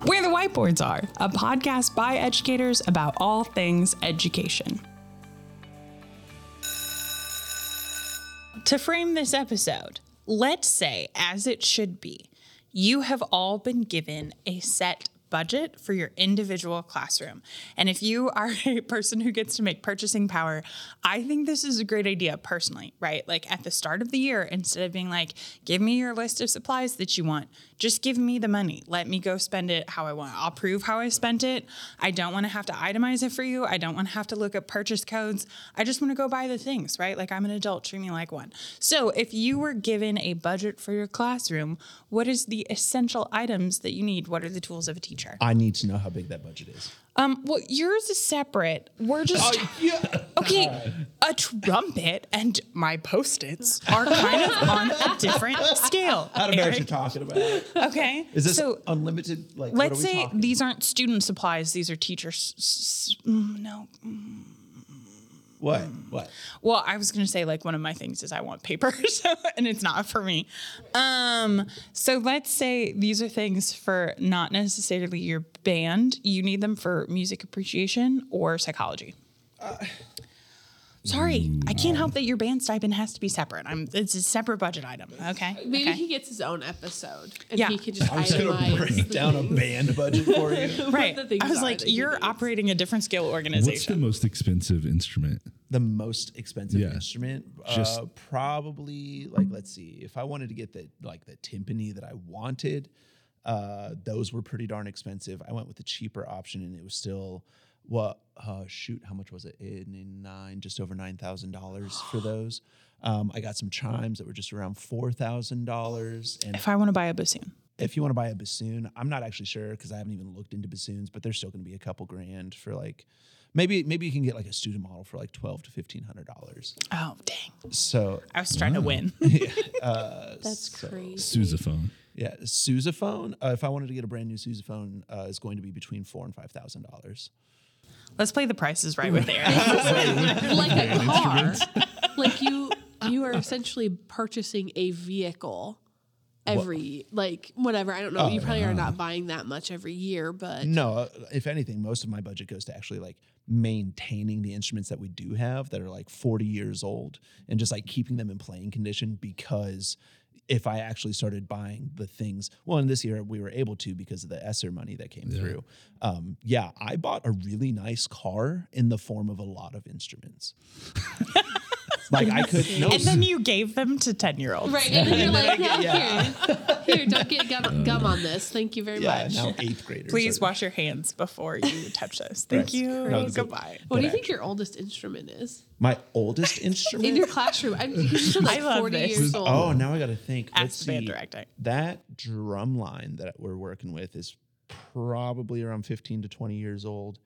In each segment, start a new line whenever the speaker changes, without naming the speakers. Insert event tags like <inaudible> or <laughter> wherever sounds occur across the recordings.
Whiteboards Are, a podcast by educators about all things education. To frame this episode, let's say, as it should be, you have all been given a set budget for your individual classroom. And if you are <laughs> a person who gets to make purchasing power, I think this is a great idea personally, right? Like at the start of the year, instead of being like, give me your list of supplies that you want, just give me the money. Let me go spend it how I want. I'll prove how I spent it. I don't want to have to itemize it for you. I don't want to have to look up purchase codes. I just want to go buy the things, right? Like I'm an adult, treat me like one. So if you were given a budget for your classroom, what is the essential items that you need? What are the tools of a teacher?
I need to know how big that budget is.
Um, well, yours is separate. We're just
<laughs>
okay. A trumpet and my post-its are kind of on a different scale.
I don't know what
Eric.
you're talking about. Is
Okay,
this
so?
unlimited? Like,
Let's
what are we
say
talking?
these aren't student supplies; these are teachers. s- s- mm, No,
what? What?
well, I was gonna say like one of my things is I want paper, <laughs> so, and it's not for me. Um, so let's say these are things for not necessarily your band. You need them for music appreciation or psychology. Sorry, I can't help that your band stipend has to be separate. I'm it's a separate budget item. Okay.
<laughs> Maybe
okay.
he gets his own episode and
Yeah.
he can just
I'm just gonna
itemize
break
the
down a
things.
band budget for you.
<laughs> what
right.
the things
I was
are
like,
that he
you're
needs.
operating a different scale
What's the
organization.
most expensive instrument?
the most expensive
Yeah.
instrument,
Just-
uh, probably like let's see, if I wanted to get the like the timpani that I wanted, uh, those were pretty darn expensive. I went with the cheaper option, and it was still what uh, shoot, how much was it? In, in nine, just over nine thousand dollars
<gasps>
for those. Um, I got some chimes that were just around four thousand dollars, and
If I want to buy a bassoon.
if you want to buy a bassoon, I'm not actually sure because I haven't even looked into bassoons, but they're still going to be a couple grand for like maybe maybe you can get like a student model for like twelve to fifteen hundred dollars.
Oh dang.
So
I was trying to win.
That's crazy.
Sousaphone.
yeah, sousaphone. Uh, if I wanted to get a brand new sousaphone, uh, is going to be between four and five thousand dollars.
Let's play the prices right with Aaron.
like a car. <laughs> like you you are essentially purchasing a vehicle every like whatever. I don't
Oh,
know. you probably are not buying that much every year,
<laughs>
but
No, uh, if anything, most of my budget goes to actually like maintaining the instruments that we do have that are like 40 years old and just like keeping them in playing condition because if I actually started buying the things, well, and this year we were able to because of the ESSER money that came through. Um, yeah, I bought a really nice car in the form of a lot of instruments. like I could, no,
<laughs> and then you gave them to 10 year olds.
Right, and then you're like, yeah, here, here, don't
<laughs>
get gum, gum on this. Thank you very
yeah,
much.
now eighth graders.
Please
are-
wash your hands before you touch this. Thank
Right.
you.
No, it's-
Goodbye.
What do you think your oldest instrument is
My oldest
<laughs> in
instrument.
your classroom? I'm you said
<laughs>
like
I love
40
this.
years old.
Oh, now I got to think.
Ask
Let's
the band
see.
director.
That drum line that we're working with is probably around 15 to 20 years old.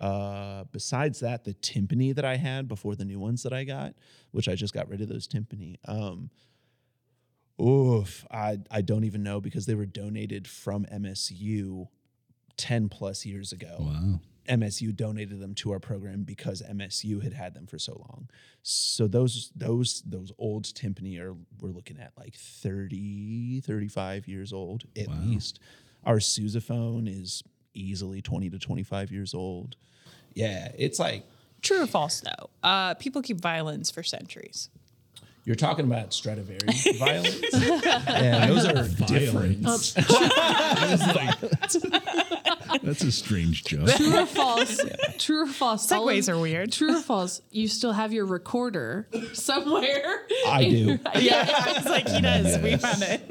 Uh, besides that, the timpani that I had before the new ones that I got, which I just got rid of those timpani. Um, oof, I, I don't even know because they were donated from MSU 10 plus years ago.
Wow.
MSU donated them to our program because MSU had had them for so long. So those those those old timpani are we're looking at like 30 35 years old at least. Our sousaphone is easily 20 to 25 years old. Yeah, it's like
True or false, though? Uh, people keep violins for centuries.
you're talking about Stradivarius violins. yeah, those are different.
Violence. <laughs> That's a strange joke.
True or false? True or false? all
Segways
of-
are weird.
True or false? You still have your recorder <laughs> somewhere.
I do.
<laughs> Yeah, <laughs> it's like he does. We found it.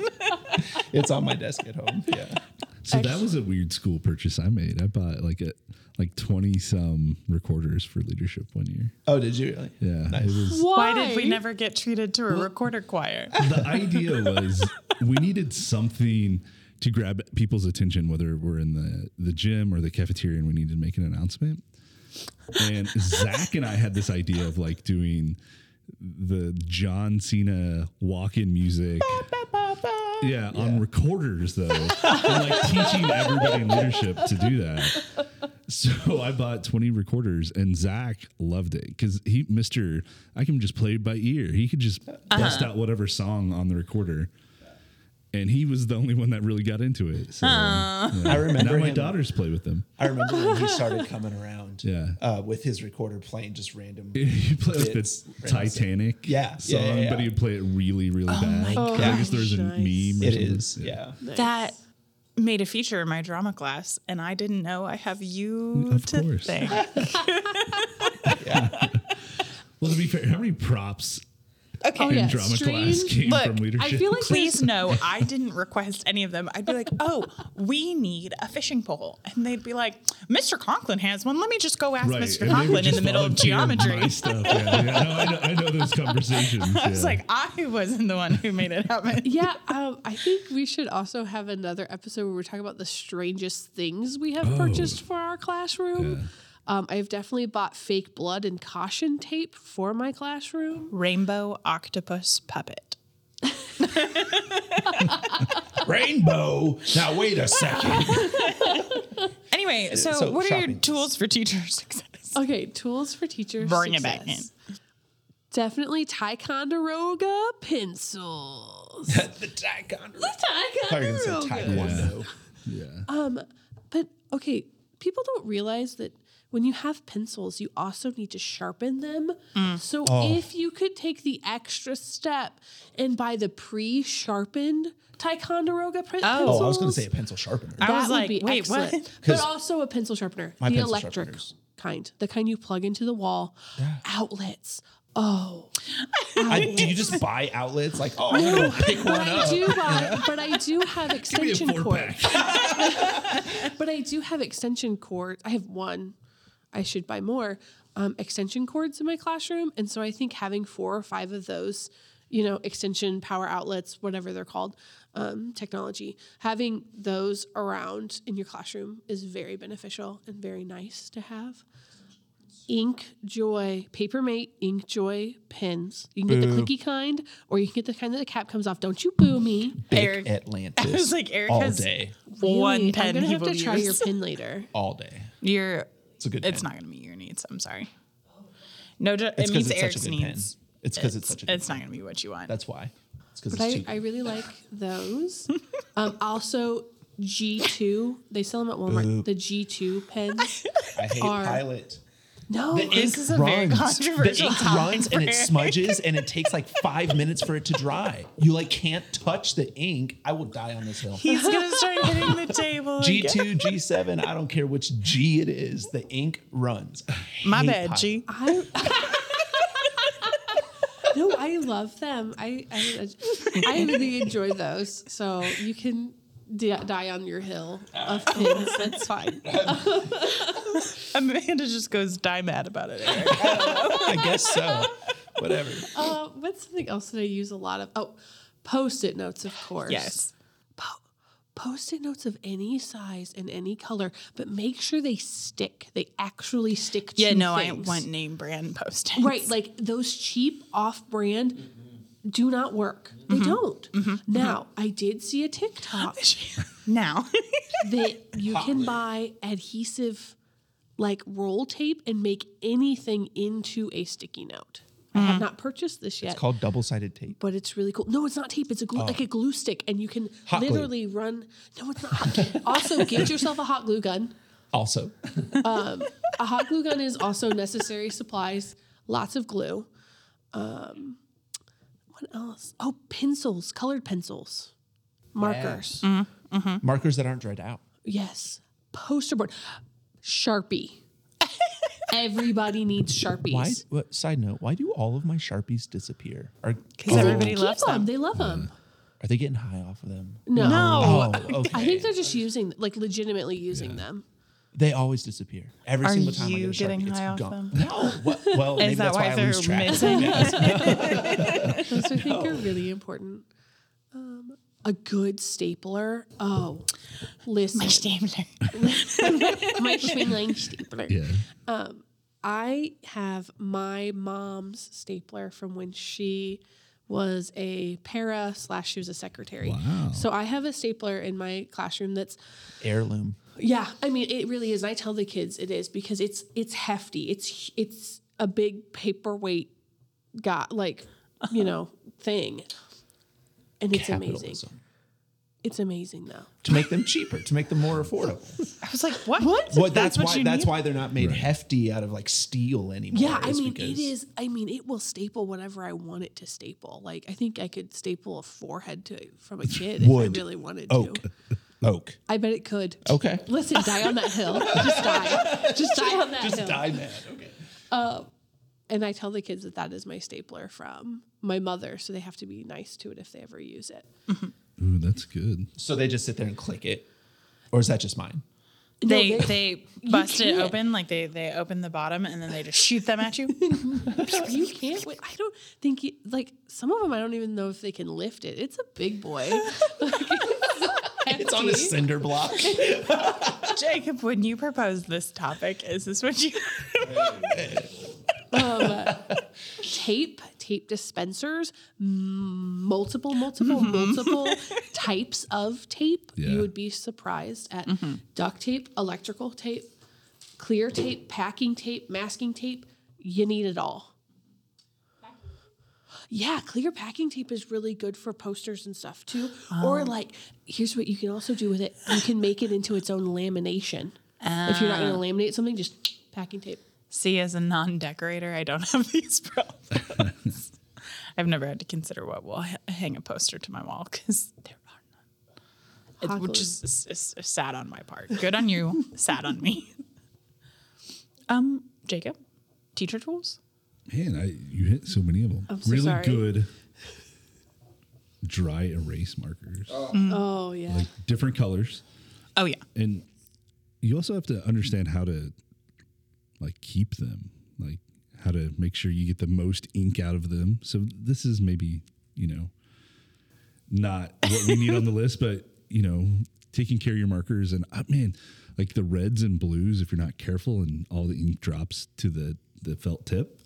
It's on my desk at home. Yeah.
So that was a weird school purchase I made. I bought like a like twenty some recorders for leadership one year.
Oh, did you really?
Yeah, it was
Why did we never get treated to a recorder choir?
the idea was we needed something to grab people's attention, whether we're in the, the gym or the cafeteria, and we needed to make an announcement. And Zach and I had this idea of like doing the John Cena walk in music. Yeah, on recorders though, and like teaching everybody in leadership to do that. So I bought 20 recorders and Zach loved it because he, Mr. I can just play by ear. He could just bust out whatever song on the recorder. and he was the only one that really got into it. So
I
now
remember
my
him-
daughters play with them.
I remember when he started coming around
Yeah.
uh, with his recorder playing just random.
<laughs> He played with
Bits.
the Titanic
Yeah, yeah,
song,
yeah, yeah.
but he'd play it really, really bad. I guess there's a
gosh,
meme. Or
It
something.
is, yeah.
<laughs> That made a feature in my drama class, and I didn't know I have you
Of
to <laughs>
course.
thank.
Well, to be fair, how many props
Okay.
Oh,
in
yeah.
drama class
Strange-
came
Look,
from leadership?
I feel like there's
Please no, I didn't request any of them. I'd be like, "Oh, we need a fishing pole," and they'd be like, "Mr. Conklin has one. Let me just go ask
Right,
Mr.
and they would
Conklin in
just
the middle of
volunteer my
geometry." <laughs>
stuff. Yeah, yeah. No, I, know, I know those conversations.
I was
yeah.
like, I wasn't the one who made it happen.
Yeah, um, I think we should also have another episode where we're talking about the strangest things we
Oh.
have purchased for our classroom. Um, I've definitely bought fake blood and caution tape for my classroom.
<laughs> Rainbow octopus puppet.
Rainbow. Now wait a second.
<laughs> Anyway, so,
Uh, so
what are your
shopping.
tools for teacher success?
Okay, tools for teachers.
Bring it back
success. Definitely Ticonderoga pencils.
the Ticonderoga. I thought you were gonna say Taekwondo.
um,
But okay, people don't realize that when you have pencils, you also need to sharpen them. So if you could take the extra step and buy the pre-sharpened Ticonderoga pr- pencils,
Oh, I was going to say a pencil sharpener.
I
that
was
would
like,
be
wait,
excellent.
what?
But also a pencil sharpener,
My
the
pencil
electric
sharpeners.
kind, the kind you plug into the wall. Outlets. Oh,
I, do you just buy outlets? Like, oh, I'm going to pick
but
one
I
up.
do buy, but I do have
Give me a
extension
four
cords.
pack.
But I do have extension cords. I have one. I should buy more um, extension cords in my classroom, and so I think having four or five of those, you know, extension power outlets, whatever they're called, um, technology, having those around in your classroom is very beneficial and very nice to have. Ink Joy Papermate Ink Joy pens. You can get the clicky kind, or you can get the kind that the cap comes off. Don't you boo me!
Big
Eric-
Atlantis.
I was like, Eric
all
has
day,
Really,
one pen
I'm gonna
he
have
will
to try your
use.
pin later.
all day.
Your,
It's a good.
it's
pen.
not going to meet your needs. I'm sorry. No, ju- it
'cause
meets
it's such a
Eric's
good pen.
needs.
It's 'cause it's such a good
It's not going to be what you want.
That's why. It's because
But
it's
I,
cheap.
I really like <laughs> those. um, also, G2, they sell them at Walmart. The G2 <laughs> pens.
I hate
are-
Pilot.
No,
This is a very controversial
The ink
topic
runs and
for
it
Eric.
smudges and it takes like five minutes for it to dry. You like can't touch the ink. I will die on this hill.
He's going to start hitting the table.
G
again.
two, G seven. I don't care which G it is. The ink runs. I
My
hate
bad,
Pilot. <laughs>
G.
I. <laughs> No, I love them. I, I I really enjoy those. So you can di- die on your hill <laughs> of pins. That's fine.
Amanda just goes die mad about it. Eric.
I guess so. Whatever.
Uh, what's something else that I use a lot of? Oh, post-it notes, of course.
yes.
post-it notes of any size and any color, but make sure they stick. They actually stick.
Yeah,
to
no,
things.
I want name brand postings.
right. Like those cheap off-brand do not work.
Mm-hmm.
They don't. Now, I did see
<laughs>
a TikTok
<laughs> now. <laughs>
that you can buy adhesive, like roll tape, and make anything into a sticky note. I
Mm-hmm.
have not purchased this yet.
It's called double sided tape.
but it's really cool. No, it's not tape. It's a glue, like a glue stick, and you can
Hot glue.
literally run. No, it's not. hot- also, get yourself a hot glue gun.
Also,
A hot glue gun is also necessary supplies. Lots of glue. Um, what else? Oh, pencils, colored pencils, markers.
Mm-hmm. markers that aren't dried out.
Yes, poster board, Sharpie. Everybody needs sharpies.
Why? What, side note: Why do all of my sharpies disappear? Are, oh,
Because everybody
Keep
loves
them.
them.
They love them.
are they getting high off of them?
No.
No.
Oh, Hmm. okay.
I think they're just using, like, legitimately using them.
They always disappear. Every
Are
single time I
you
get a
getting
Sharpie, it's
high off them?
gone. No. Well,
<laughs>
well maybe
Is that
that's why,
why
I lose
they're
track.
missing? <laughs>
Those I think are really important. Um, a good stapler. Oh, listen,
Stapler.
<laughs> my Schwinling stapler.
Yeah.
I have my mom's stapler from when she was a para slash she was a secretary.
Wow.
So I have a stapler in my classroom that's
Heirloom.
yeah. I mean, it really is. And I tell the kids it is because it's it's hefty. It's it's a big paperweight got like you know thing, and it's amazing.
Capitalism.
It's amazing though.
to make them cheaper, to make them more affordable.
I was like, what?
What?
Well, that's,
what
why
you
that's
need?
why they're not made hefty out of like steel anymore.
Yeah, I
is
mean
because-
it is. I mean it will staple whatever I want it to staple. Like I think I could staple a forehead to from a kid
Wood.
if I really wanted
oak,
to.
oak.
I bet it could.
Okay,
Listen, die on
<laughs>
that hill. Just die. Just die on that hill.
man. Okay.
And I tell the kids that that is my stapler from my mother, so they have to be nice to it if they ever use it.
Ooh, that's good.
So they just sit there and click it, or is that just mine?
They
No,
they bust it
can't.
open, like they they open the bottom and then they just shoot them at you.
You can't. Wait, I don't think you, like some of them. I don't even know if they can lift it. It's a big boy. <laughs>
It's on a cinder block.
Jacob, when you proposed this topic, is this what you
tape, tape dispensers, m- multiple, multiple, multiple types of tape.
Yeah.
You would be surprised at duct tape, electrical tape, clear tape, packing tape, masking tape. You need it all. Yeah, clear packing tape is really good for posters and stuff too. Or like, here's what you can also do with it: you can make it into its own lamination. if you're not going to laminate something, just packing tape.
see as a non-decorator? I don't <laughs> have these problems. <laughs> I've never had to consider what will h- hang a poster to my wall because there are none, It- which is, is, is sad on my part. Good on you, <laughs> sad on me. Um, Jacob, teacher tools.
Man, I you hit so many of them.
I'm so
really
sorry.
good dry erase markers,
Oh yeah.
like different colors,
Oh yeah,
and you also have to understand how to like keep them, like how to make sure you get the most ink out of them. So this is maybe you know not what we need on the list, but you know taking care of your markers and uh, man, like the reds and blues. If you're not careful and all the ink drops to the the felt tip,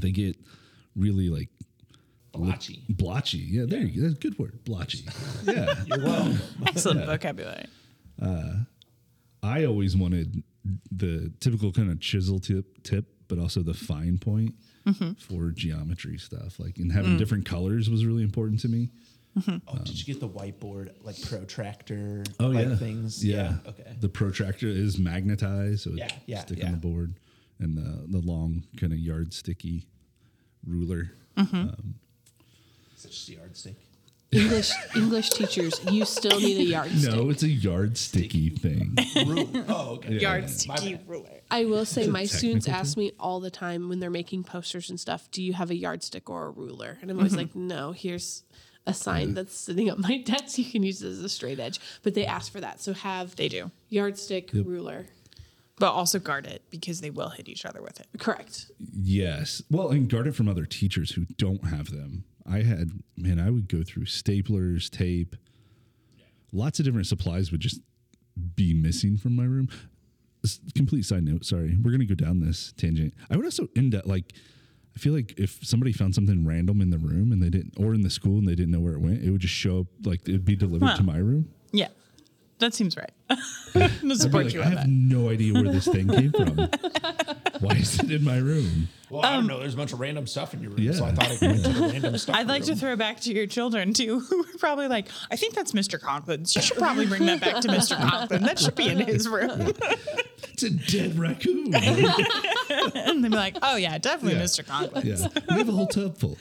they get really like
Blotchy.
Blotchy. Yeah, there you go. That's a good word. Blotchy. Yeah.
excellent vocabulary.
I always wanted the typical kind of chisel tip tip, but also the fine point for geometry stuff. Like and having different colors was really important to me.
Oh, did you get the whiteboard like protractor?
Um, Oh
like
yeah.
things. Okay.
The protractor is magnetized, so it
Yeah, yeah,
stick
yeah.
on the board. And the the long kind of yardsticky ruler.
Such just a yardstick.
English English teachers, you still need a yardstick.
No, it's a
<laughs>
yardsticky thing.
Rule. Oh, okay.
Yardsticky ruler.
I will say my students
technical
ask me all the time when they're making posters and stuff, do you have a yardstick or a ruler? And I'm
Mm-hmm.
always like, no, here's a
Mm.
sign that's sitting on my <laughs> desk. You can use it as a straight edge. But they ask for that. So have
They do,
yardstick, ruler.
but also guard it because they will hit each other with it.
Correct.
Yes. Well, and guard it from other teachers who don't have them. I had, man, I would go through staplers, tape, lots of different supplies would just be missing from my room. S- complete side note, sorry. We're going to go down this tangent. I would also end up like, I feel like if somebody found something random in the room and they didn't, or in the school and they didn't know where it went, it would just show up, like it would be delivered to my room.
Yeah, that seems right. <laughs> i
I'd be
support
like,
you
I
on
have
that.
no idea where this thing came from. Why is it in my room?
Well, I don't know. There's a bunch of random stuff in your room, so
Yeah.
I thought it went to the random stuff.
I'd like to throw back to your children too, who were probably like, I think that's Mr. Conklin's. You should probably bring that back to Mr. Conklin. That should be in his room.
It's a dead raccoon.
And they'd be like, oh yeah, definitely
Yeah.
Mr.
<laughs>
Conklin.
Yeah, we have a whole tub full.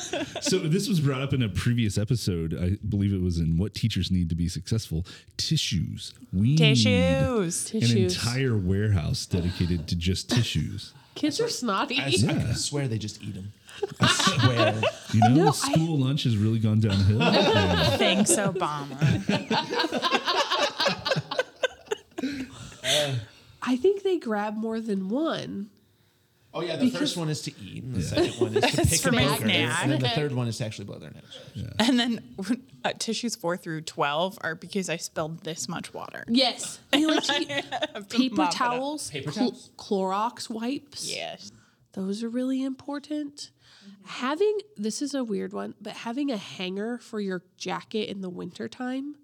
<laughs> so this was brought up in a previous episode. I believe it was in what teachers need to be successful. Tissues. We need
Tissues.
an
Tissues.
entire warehouse dedicated to just tissues.
Kids are snotty.
I, s- I swear they just eat them. I swear.
You know,
No,
school lunch has really gone
<laughs>
downhill. And
Thanks, Obama.
I think they grab more than one.
Oh yeah, the first one is to eat, and the second one is <laughs> to pick
for
a
my
poker,
snack.
<laughs> and then the third one is to actually blow their nose.
<laughs> And then uh, tissues four through 12 are because I spilled this much water.
Yes. They like to eat paper
mop it up.
towels,
Paper
Cl-
towels?
Clorox wipes.
Yes.
Those are really important. Having this is a weird one, but having a hanger for your jacket in the wintertime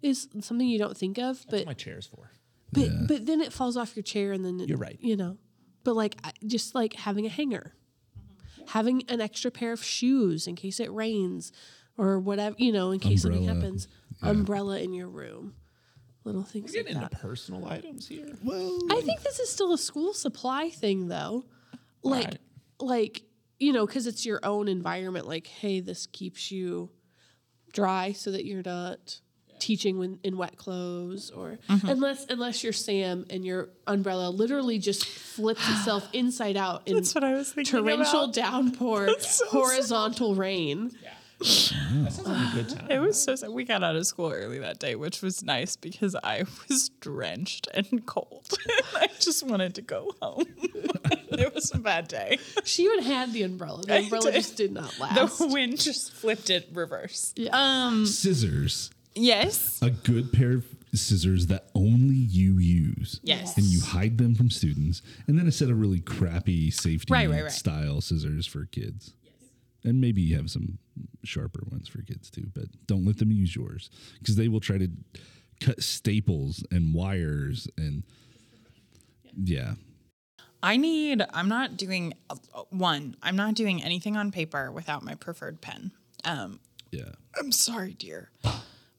is something you don't think of, but
That's what my chair's for.
but, but then it falls off your chair and then it,
You're right.
You know. But like I- just like having a hanger. having an extra pair of shoes in case it rains or whatever, you know, in case something
Umbrella.
happens, umbrella in your room, little things like
Getting into
that.
personal items here.
I think this is still a school supply thing, though. Like,
right.
like you know, because it's your own environment. Like, hey, this keeps you dry so that you're not teaching when, in wet clothes, or
Mm-hmm.
unless unless you're Sam and your umbrella literally just
<sighs>
flips itself inside out in
That's what I was thinking
torrential
about. <laughs>
downpour, horizontal rain.
That sounds like a good time.
It was so sad. We got out of school early that day, which was nice because I was drenched and cold. <laughs> I just wanted to go home. <laughs> it was a bad day.
She even had the umbrella. The
<laughs> I
umbrella
did.
just did not last.
<laughs> The wind just flipped it reverse.
Scissors.
Yes.
A good pair of scissors that only you use.
Yes.
And you hide them from students. And then a set of really crappy safety
Right, right, right.
style scissors for kids. And maybe you have some sharper ones for kids too, but don't let them use yours because they will try to cut staples and wires and yeah.
I need, I'm not doing, uh, one, I'm not doing anything on paper without my preferred pen. Um,
Yeah.
I'm sorry, dear.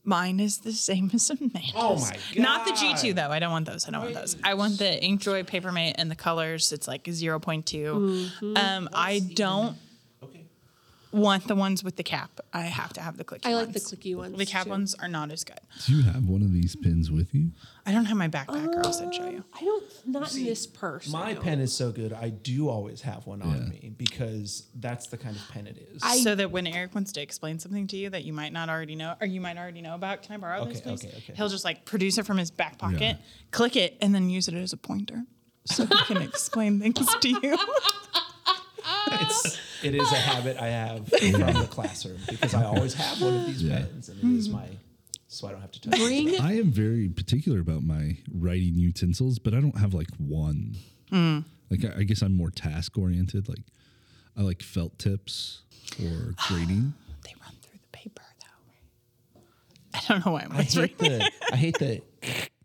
Mine is the same as Amanda's.
Oh my
Not the G2 though. I don't want those. I don't want those. I want the Inkjoy Papermate and the colors. It's like 0.2.
Mm-hmm.
Um, I don't
Okay.
want the ones with the cap. I have to have the clicky
I
ones.
like the clicky ones.
The cap
too.
ones are not as good.
Do you have one of these pins with you?
I don't have my backpack or else I'd show you.
I don't. Not in this purse. I
My
don't.
pen is so good. I do always have one on
Yeah.
me because that's the kind of pen it is.
so that when Eric wants to explain something to you that you might not already know or you might already know about, can I borrow this,
Okay,
please?
okay, okay.
He'll just like produce it from his back pocket,
Yeah.
click it, and then use it as a pointer. So he can explain things to
<laughs>
you.
it's, it is a habit I have
<laughs>
from the classroom because I always have one of these
Yeah. Mm-hmm.
pens and it is my so I don't have to touch. it.
Bring
<laughs> I am very particular about my writing utensils, but I don't have like one. Like I, I guess I'm more task oriented. Like I like felt tips or grading.
They run through the paper though. I don't know why I'm
I
whispering.
hate the I hate the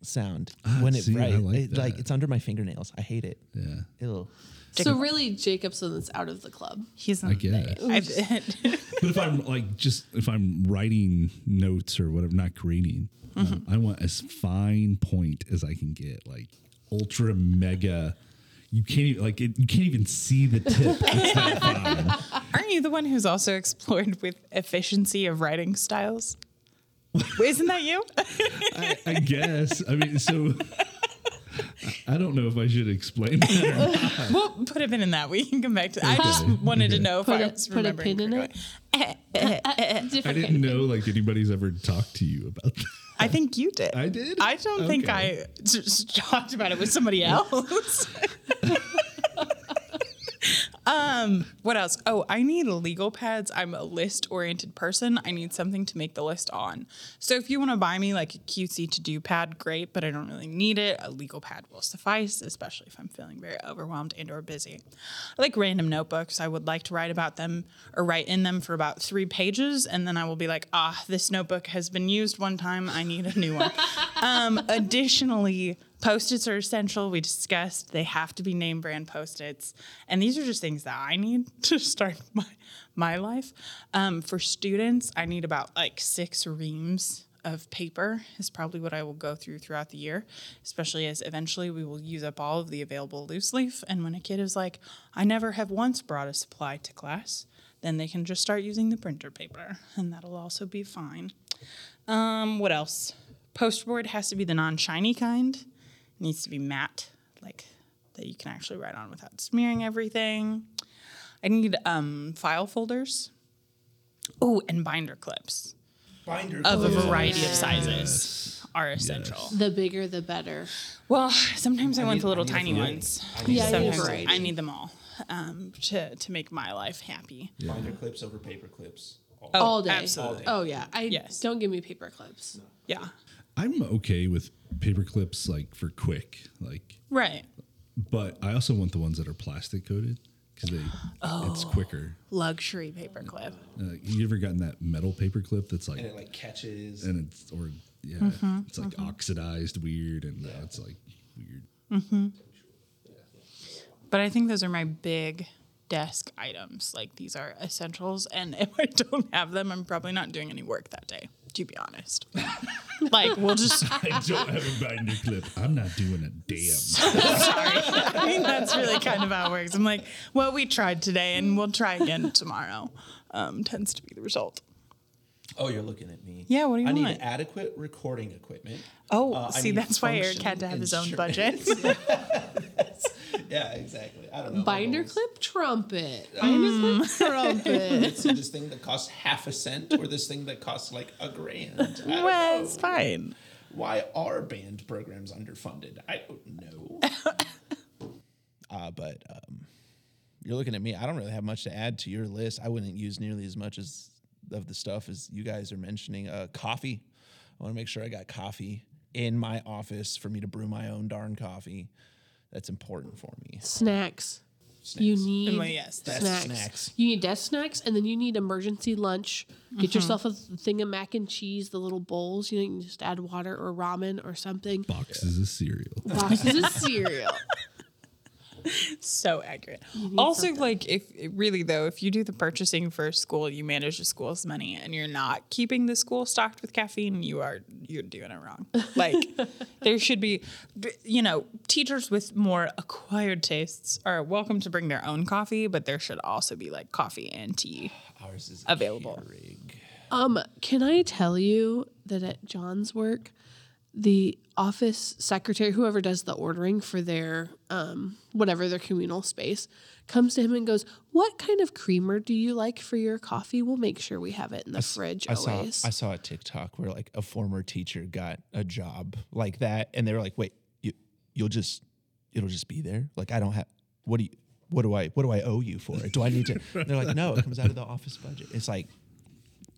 sound <sighs> when it
see, I
writes.
like
It- like
that.
it's under my fingernails. I hate it.
Yeah.
Ew.
So really, Jacobson's out of the club.
He's in
I get it.
I,
But if I'm like just if I'm writing notes or whatever, not grading, um, I want as fine point as I can get, like ultra mega. You can't even like it, you can't even see the tip. It's that fine.
<laughs> aren't you the one who's also explored with efficiency of writing
<laughs>
styles? Isn't that you? <laughs>
I, I guess. I mean, so I, I don't know if I should explain that. or not.
We'll put a pin in that. We can come back to. I just wanted to know if I
Put a-
was
put a
remembering
pin in it?
correctly. <laughs>
I didn't know like anybody's ever talked to you about that.
I think you did.
I did?
I don't think I <laughs>
Okay.
s- s- talked about it with somebody else. um, what else? Oh, I need legal pads. I'm a list oriented person. I need something to make the list on. So if you want to buy me like a cutesy to do pad, great, but I don't really need it. A legal pad will suffice, especially if I'm feeling very overwhelmed and or busy. I like random notebooks. I would like to write about them or write in them for about three pages, and then I will be like, ah, this notebook has been used one time. I need a new one. um, additionally, post-its are essential. We discussed they have to be name brand post-its, and these are just things that I need <laughs> to start my my life. Um, for students, I need about like six reams of paper is probably what I will go through throughout the year, especially as eventually we will use up all of the available loose leaf. And when a kid is like, I never have once brought a supply to class, then they can just start using the printer paper, and that'll also be fine. Um, what else? Poster board has to be the non shiny kind. It needs to be matte, like that you can actually write on without smearing everything. I need um, file folders. Oh, and binder clips
Binder
of a variety of sizes are essential.
The bigger, the better.
Well, sometimes I, want the little tiny
variety.
ones.
I need
Yeah, I need
sometimes
variety.
I need them all um, to to make my life happy.
binder clips over paper clips.
All day.
absolutely.
Oh yeah. I
Yes.
don't give me paper clips.
Yeah,
I'm okay with paper clips like for quick, like,
right.
but I also want the ones that are plastic coated because they
Oh.
it's quicker.
Luxury paperclip.
Uh, you ever gotten that metal paper clip that's like
And it like catches.
and it's or yeah,
Mm-hmm,
it's like oxidized weird and uh, it's like weird.
But I think those are my big desk items. Like these are essentials, and <laughs> if I don't have them, I'm probably not doing any work that day. To be honest, <laughs> like we'll just. <laughs>
I don't have a binder clip. I'm not doing a damn.
I mean, that's really kind of how it works. I'm like, well, we tried today, and we'll try again tomorrow. Um, tends to be the result.
Oh, you're looking at me.
Yeah, what do you
I I
want?
need adequate recording equipment.
Oh,
Uh, I
see,
need
that's why Eric
function
had to have his own
insurance.
budget.
<laughs> yeah, exactly. I don't know.
Binder clip trumpet. Binder clip trumpet.
It's this thing that costs half a cent or this thing that costs like a grand. I
<laughs>
don't
well,
know.
it's fine.
Why are band programs underfunded? I don't <laughs> know. uh, but um, you're looking at me. I don't really have much to add to your list. I wouldn't use nearly as much as of the stuff as you guys are mentioning. Uh, coffee. I want to make sure I got coffee in my office for me to brew my own darn coffee. That's important for me.
snacks. You need
Well, yes, that's
snacks.
snacks.
You need desk snacks, and then you need emergency lunch. Get yourself a thing of mac and cheese, the little bowls. You know, you can just add water or ramen or something.
Boxes of cereal.
Boxes of cereal.
so accurate.
Mm-hmm.
Also, like if really though, if you do the purchasing for a school, you manage the school's money, and you're not keeping the school stocked with caffeine, you are you're doing it wrong.
<laughs>
Like there should be, you know, teachers with more acquired tastes are welcome to bring their own coffee, but there should also be like coffee and tea.
Ours is
Available.
Keurig.
Um, can I tell you that at John's work, the office secretary, whoever does the ordering for their um, whatever their communal space, comes to him and goes, "What kind of creamer do you like for your coffee? We'll make sure we have it in the fridge
I saw
always."
I saw a TikTok where like a former teacher got a job like that, and they were like, "Wait, you you'll just it'll just be there? Like I don't have what do you what do I what do I owe you for it? Do I
<laughs>
need to?" And they're like, "No, it comes out of the office budget." It's like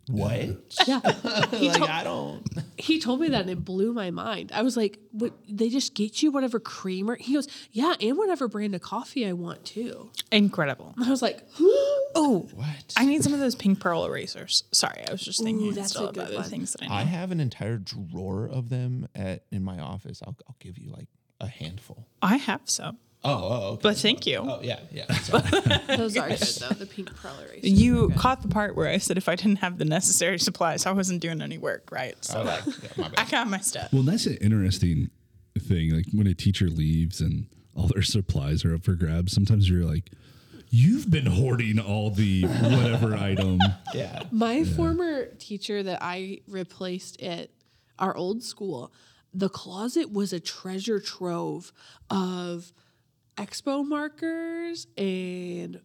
what? <laughs> like I don't.
He told me that and it blew my mind. I was like, "What? They just get you whatever creamer?" He goes, "Yeah, and whatever brand of coffee I want too."
Incredible.
I was like, <gasps>
Oh,
What?
I need some of those pink pearl erasers. Sorry, I was just thinking
that's
still
a good
about the
one.
things that I
I
need.
have an entire drawer of them at in my office. I'll I'll give you like a handful.
I have some,
Oh, oh okay.
but thank you.
oh yeah,
<laughs>
yeah. Sorry.
<laughs> "Those are good though. The pink pearl erasers."
You caught the part where I said if I didn't have the necessary supplies, I wasn't doing any work, right?
Oh.
So like,
my
I got my stuff.
Well, that's an interesting thing. Like when a teacher leaves and all their supplies are up for grabs, sometimes you're like, you've been hoarding all the whatever item.
yeah.
My former teacher that I replaced at our old school, the closet was a treasure trove of expo markers and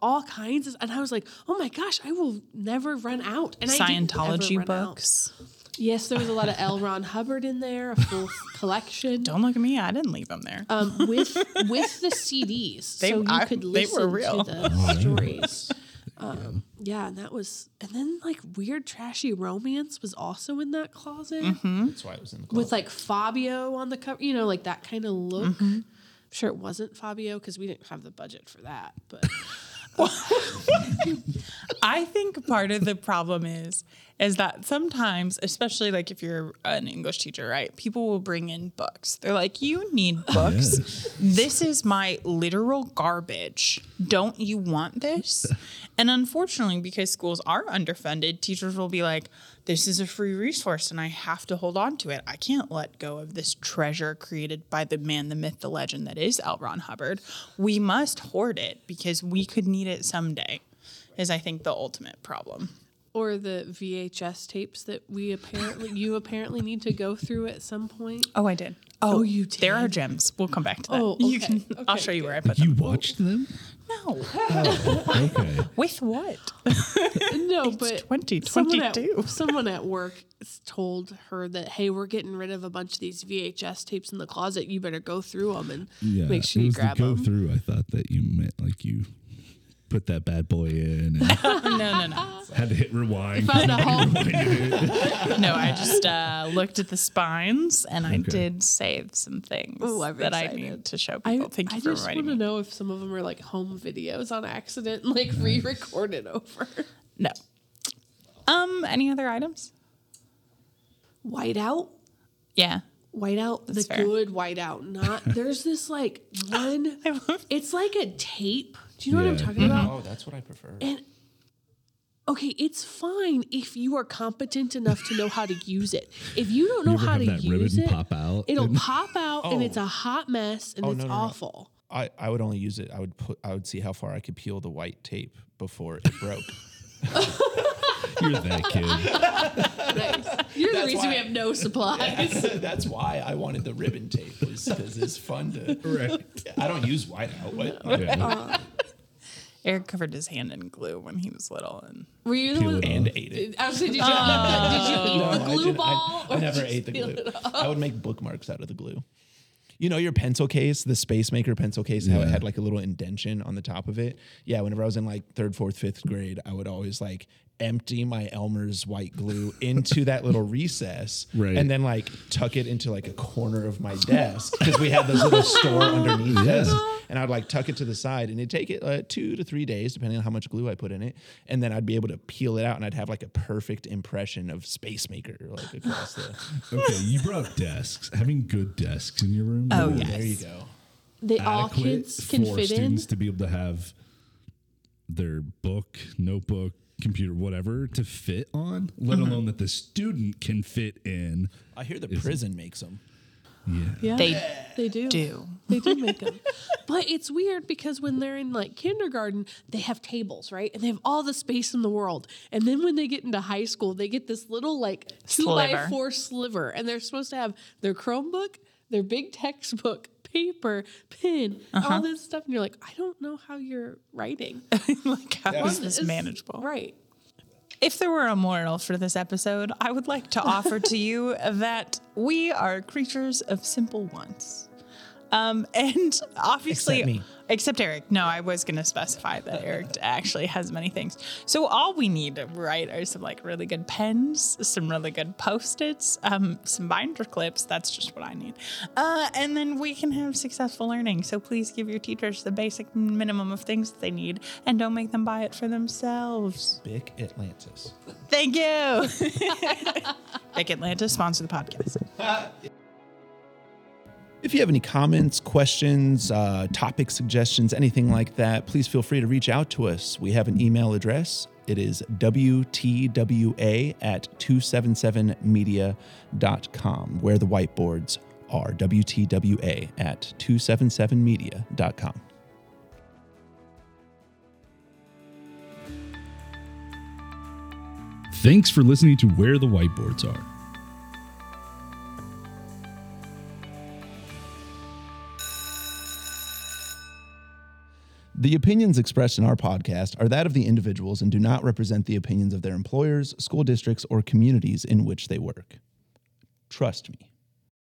all kinds of and I was like, "Oh my gosh, I will never run out." And I didn't
Scientology
ever run out.
books.
Yes, there was a lot of L. Ron Hubbard in there,
<laughs>
a full collection.
Don't look at me. I didn't leave them there.
Um, with with the CDs,
They-
so you
I-
could
they were
listen
real.
to the stories. Um, yeah, and that was, and then like weird trashy romance was also in that closet
Mm-hmm.
That's why it was in the closet.
with like Fabio on the cover, you know, like that kind of look.
Mm-hmm.
I'm sure it wasn't Fabio because we didn't have the budget for that, but
I think part of the problem is is that sometimes, especially like if you're an English teacher, right? People will bring in books. They're like, "You need books. This is my literal garbage. Don't you want this?" And unfortunately, because schools are underfunded, teachers will be like, "This is a free resource and I have to hold on to it. I can't let go of this treasure created by the man, the myth, the legend that is L. Ron Hubbard. We must hoard it because we could need it someday." is I think the ultimate problem.
or the VHS tapes that we apparently you apparently need to go through at some point.
Oh, I did. Oh, you did. There are gems. We'll come back to that.
Oh,
you
okay,
can. I'll
okay,
show you where I put them.
You watched them?
No,
Okay.
with what? <laughs>
No, but someone at- <laughs>
2022.
Someone at work s- told her that, hey, we're getting rid of a bunch of these VHS tapes in the closet. You better go through them and
Yeah.
make sure
it
you
was the
grab
go
them.
through. I thought that you meant like you put that bad boy in and
no, no, no,
had to hit rewind.
Found <laughs> a home.
no. I just uh, looked at the spines and I did save some things
Ooh, I'm
that I
excited.
need to show
I,
people. Thank you
I
for
just
reminding
want to
me.
know if some of them are like home videos on accident <laughs> and like re-recorded over.
No. Um. Any other items?
Whiteout,
Yeah.
whiteout, the
fair.
<laughs> good whiteout. Not there's this like one.
I love-
it's like a tape Do you know what
Yeah. Mm-hmm.
I'm talking about?
Oh, that's what I prefer.
Okay, it's fine if you are competent enough to know how to use it. If you don't know
ever
how
have
to
that ribbon
use it,
pop out
it'll
and-
pop out and it's a hot mess and
Oh,
it's
no, no, no.
awful.
<laughs> I, I would only use it. I would put. I would see how far I could peel the white tape before it broke.
You're that kid.
Nice. You're the
That's
reason we
why- <laughs>
have no supplies.
<laughs> that's why I wanted the ribbon tape was because it's fun to.
Right.
I don't use whiteout. What?
Yeah.
Eric covered his hand in glue when he was little, and
Were you the
Peel
one?
it
And ate it.
I was saying, did you, did you eat
Uh, No,
the
I
glue
didn't. I-
ball?
I,
or
never
just
ate the
peel
glue.
it off?
I would make bookmarks out of the glue. You know your pencil case, the Space Maker pencil case, how it
Yeah.
had like a little indention on the top of it. Yeah, whenever I was in like third, fourth, fifth grade, I would always like empty my Elmer's white
<laughs>
glue into that little recess,
Right.
and then like tuck it into like a corner of my desk because we had this little
<laughs>
store <laughs> underneath desk, and I'd like tuck it to the side, and it'd take it uh, two to three days depending on how much glue I put in it, and then I'd be able to peel it out, and I'd have like a perfect impression of Space Maker like across <laughs> the.
Okay, you brought up desks. Having good desks in your room.
Oh,
will
yeah.
There you
Yes.
go.
They all
adequate
kids can
for
fit in.
students to be able to have their book, notebook, computer, whatever to fit on, let
Uh-huh.
alone that the student can fit in.
I hear the prison makes them.
Yeah,
They
they do.
do. <laughs>
They do make them. <laughs> but it's weird because when they're in like kindergarten, they have tables, right? And they have all the space in the world. And then when they get into high school, they get this little like two by
Sliver.
four sliver. And they're supposed to have their Chromebook, their big textbook, paper, pen, all
Uh-huh.
this stuff. And you're like, I don't know how you're writing.
like how is this
It's-
manageable?
Right.
If there were a moral for this episode, I would like to offer to
<laughs>
you that we are creatures of simple wants. Um, and obviously,
Except me.
except Eric. No, I was going to specify that Eric
<laughs>
actually has many things. So all we need to write are some like really good pens, some really good post-its, um, some binder clips. That's just what I need. Uh, and then we can have successful learning. So please give your teachers the basic minimum of things that they need, and don't make them buy it for themselves.
Bic Atlantis.
Thank you. <laughs> Big Atlanta sponsor the podcast.
If you have any comments, questions, uh, topic suggestions, anything like that, please feel free to reach out to us. We have an email address. It is WTWA at 277media.com, where the whiteboards are WTWA at 277media.com.
Thanks for listening to Where the Whiteboards Are.
The opinions expressed in our podcast are that of the individuals and do not represent the opinions of their employers, school districts, or communities in which they work. Trust me.